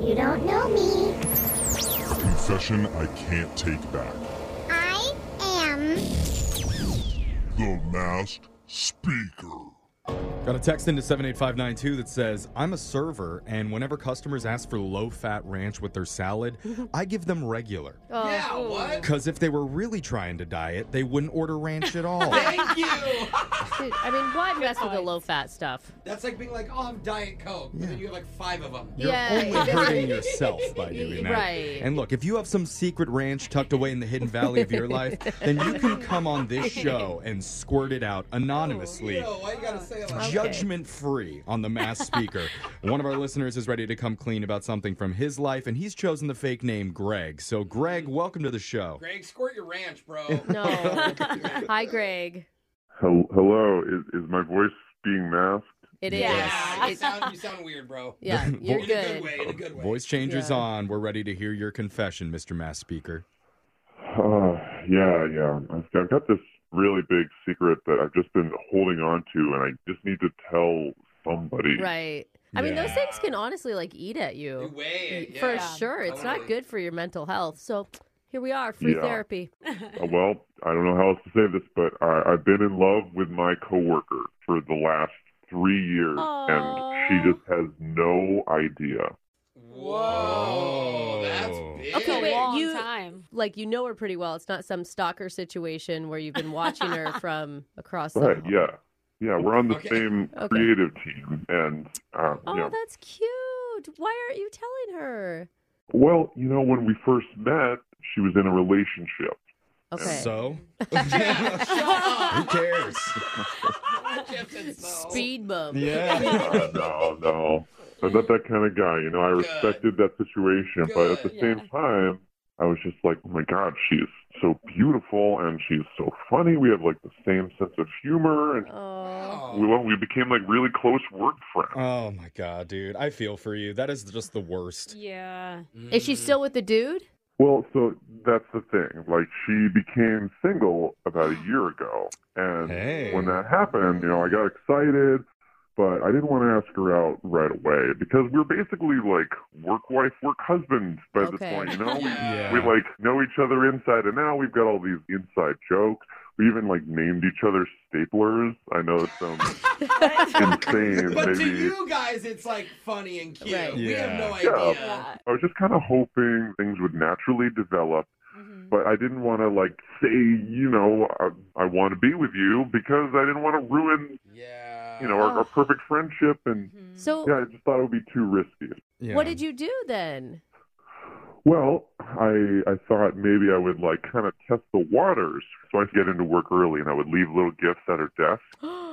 You don't know me. A confession I can't take back. I am. The Masked Speaker. Got a text into 78592 that says, I'm a server, and whenever customers ask for low fat ranch with their salad, I give them regular. Oh, Yeah, ooh. what? Because if they were really trying to diet, they wouldn't order ranch at all. Thank you. Dude, I mean, why mess with the low fat stuff? That's like being like, oh, I'm Diet Coke. And then you have like five of them. You're Yeah, only exactly. hurting yourself by doing that. Right. And look, if you have some secret ranch tucked away in the hidden valley of your life, then you can come on this show and squirt it out anonymously. Yo, why you Uh, gotta say it like Judgment free on the mass speaker. One of our listeners is ready to come clean about something from his life, and he's chosen the fake name Greg. So, Greg, welcome to the show. Greg, squirt your ranch, bro. No. Hi, Greg. Hel- Hello, is, is my voice being masked? It is. yeah, you It- sound, you sound weird, bro. yeah, you're In a good good. way, in a good way. Oh, Voice changers Yeah. on. We're ready to hear your confession, Mr. Mass Speaker. Uh, yeah, yeah. I've got, I've got this really big secret that I've just been holding on to, and I just need to tell somebody. Right. I mean, those Yeah. things can honestly like eat at You you. weigh it, For yeah. sure. It's not Totally. good for your mental health. So here we are, free Yeah. therapy. Uh, well, I don't know how else to say this, but I, I've been in love with my coworker for the last three years, Aw. and she just has no idea. Whoa, that's Whoa. big. Okay, a wait, long you- time. Like you know her pretty well. It's not some stalker situation where you've been watching her from across the Right? Yeah, yeah. We're on the Okay. same Okay. creative team, and uh, Oh, yeah. that's cute. Why aren't you telling her? Well, you know, when we first met, she was in a relationship. Okay. So, Jeff, shut who up. cares? Jeff said so. Speed bump. Yeah. Uh, no, no. I'm not that kind of guy. You know, I Good. respected that situation, but at the Good, yeah. same time, I was just like, oh my God, she's so beautiful and she's so funny. We have like the same sense of humor, and Oh. we, well, we became like really close work friends. Oh my god, dude. I feel for you. That is just the worst. Yeah. Mm. Is she still with the dude? Well, so that's the thing. Like, she became single about a year ago, and Hey. when that happened, you know, I got excited. But I didn't want to ask her out right away because we we're basically like work wife, work husband by Okay. this point. You know, we Yeah. We like know each other inside and out. We've got all these inside jokes. We even like named each other staplers. I know it sounds insane, But to maybe. you guys, it's like funny and cute. Right. We Yeah. have no Yeah. idea. Yeah. I was just kind of hoping things would naturally develop, Mm-hmm. Mhm. but I didn't want to like say, you know, I, I want to be with you because I didn't want to ruin, Yeah. you know, our, our perfect friendship. And Mhm. So yeah, I just thought it would be too risky. Yeah. what did you do then? Well, I I thought maybe I would like kind of test the waters, so I'd get into work early and I would leave little gifts at her desk. Oh,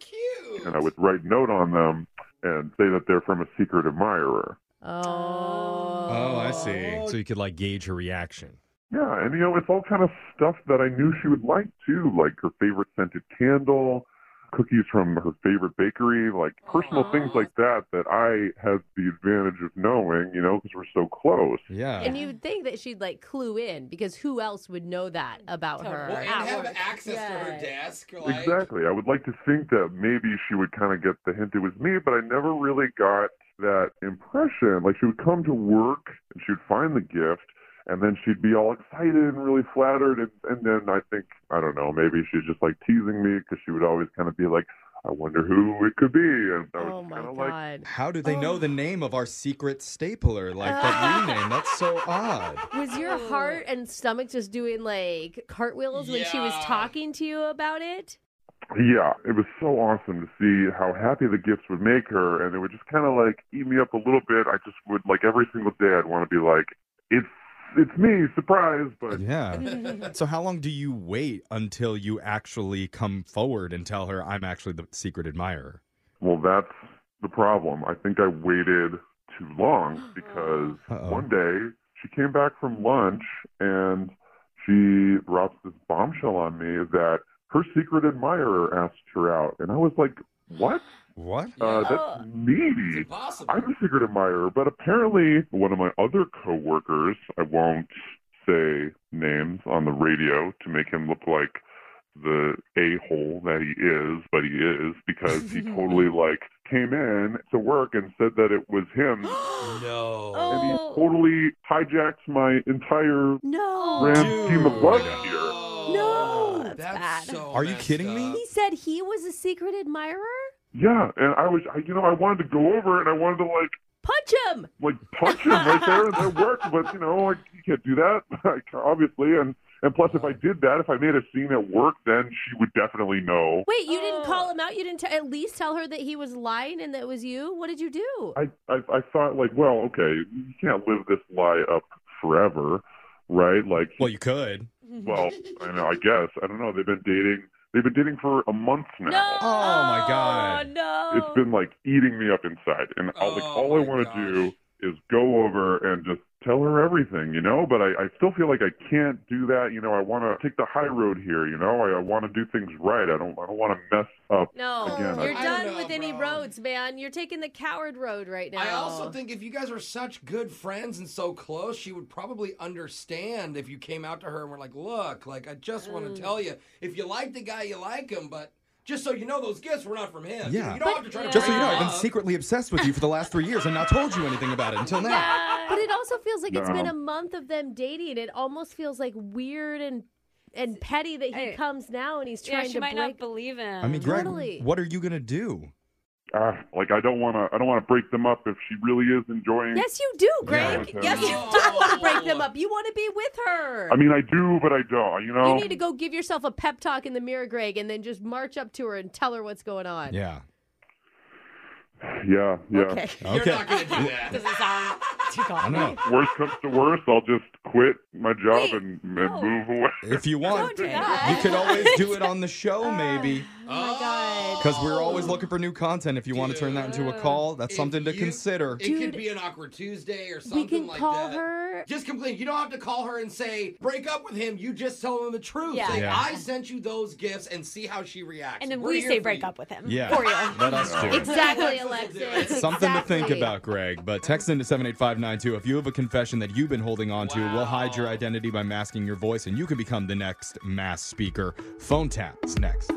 cute. and I would write a note on them and say that they're from a secret admirer. Oh. Oh, I see. So you could like gauge her reaction. Yeah, and you know, it's all kind of stuff that I knew she would like too, like her favorite scented candle, cookies from her favorite bakery, like personal Aw. things like that that I have the advantage of knowing, you know, because we're so close. Yeah. Oh. And you'd think that she'd like clue in because who else would know that about her? Well, and At have work. access to her Yeah. desk. Like, Exactly. I would like to think that maybe she would kind of get the hint it was me, but I never really got that impression. Like she would come to work and she would find the gift, and then she'd be all excited and really flattered, and, and then I think I don't know, maybe she's just like teasing me because she would always kind of be like, "I wonder who it could be," and I Oh was my kind of like, god. How do they know the name of our secret stapler like that we named? That's so odd. Was your Ooh. heart and stomach just doing like cartwheels when she was Yeah. talking to you about it? "Yeah." It was so awesome to see how happy the gifts would make her, and it would just kind of like eat me up a little bit. I just would like every single day, I'd want to be like, "It's." It's me, surprise, but Yeah. so how long do you wait until you actually come forward and tell her I'm actually the secret admirer? Well, that's the problem. I think I waited too long because Uh-oh. one day she came back from lunch and she drops this bombshell on me that her secret admirer asked her out. And I was like, what? What? Uh, that's It's needy. impossible. I'm a secret admirer, but apparently one of my other coworkers, I won't say names on the radio to make him look like the a hole that he is, but he is because he totally like came in to work and said that it was him. No. Oh. and he totally hijacks my entire No. grand Dude. scheme of life here. No. No, that's bad. Oh, so Are you messed kidding me? up. He said he was a secret admirer? Yeah, and I was, I, you know, I wanted to go over and I wanted to like, Punch him! like punch him right there and that worked, but you know, like you can't do that, like, obviously. And and plus, if I did that, if I made a scene at work, then she would definitely know. Wait, you didn't Oh. call him out? You didn't t- at least tell her that he was lying and that it was you? What did you do? I, I I thought like, well, okay, you can't live this lie up forever, right? Like, Well, you could. well, I know, I guess, I don't know. They've been dating, they've been dating for a month now. No. Oh, my God. Oh, no. It's been like eating me up inside, and all, like Oh, all I my want to gosh. do is go over and just tell her everything, you know. But I, I still feel like I can't do that, you know. I want to take the high road here, you know. I, I want to do things right. I don't, I don't want to mess up. No, Oh, Again, I- you're I done don't know, with any bro. roads, man. You're taking the coward road right now. I also think if you guys are such good friends and so close, she would probably understand if you came out to her and were like, "Look, like I just want to tell you, if you like the guy, you like him, but just so you know, those gifts were not from him. You- Yeah. you don't have to try to Just so you know, break I've been up. secretly obsessed with you for the last three years and not told you anything about it until now. But it also feels like it's been No. a month of them dating. It almost feels like weird and and petty that he Hey. comes now and he's Yeah, trying she to might not break. believe him. I mean, Greg, Totally. what are you gonna do? Ah, like I don't want to, I don't want to break them up if she really is enjoying. yes, you do, Greg. Yeah. yes, you do want to break them up. You want to be with her. I mean, I do, but I don't. You know. you need to go give yourself a pep talk in the mirror, Greg, and then just march up to her and tell her what's going on. Yeah. yeah, yeah. Okay. You're Okay. not going to do that. Does it sound too I complicated? know. Worst comes to worst, I'll just quit my job Wait, and, and no. move away. If you want, Don't do you that. could always do it on the show, maybe, Oh my god! because we're always looking for new content. If you want to turn that into a call, that's If something to you- consider. It Dude, could be an awkward Tuesday or something We can like call that. her. Just complain. You don't have to call her and say break up with him. You just tell him the truth. Yeah. Say Yeah. I sent you those gifts and see how she reacts. And then We're we here say for break you. up with him. Yeah. For you. Let us do. it. Exactly, Alexis will do Alexis. it. Something to Exactly. think about, Greg. But text into 78592 if you have a confession that you've been holding on to. We'll hide your identity by masking your voice, and you can become the next mass speaker. Phone tap is next.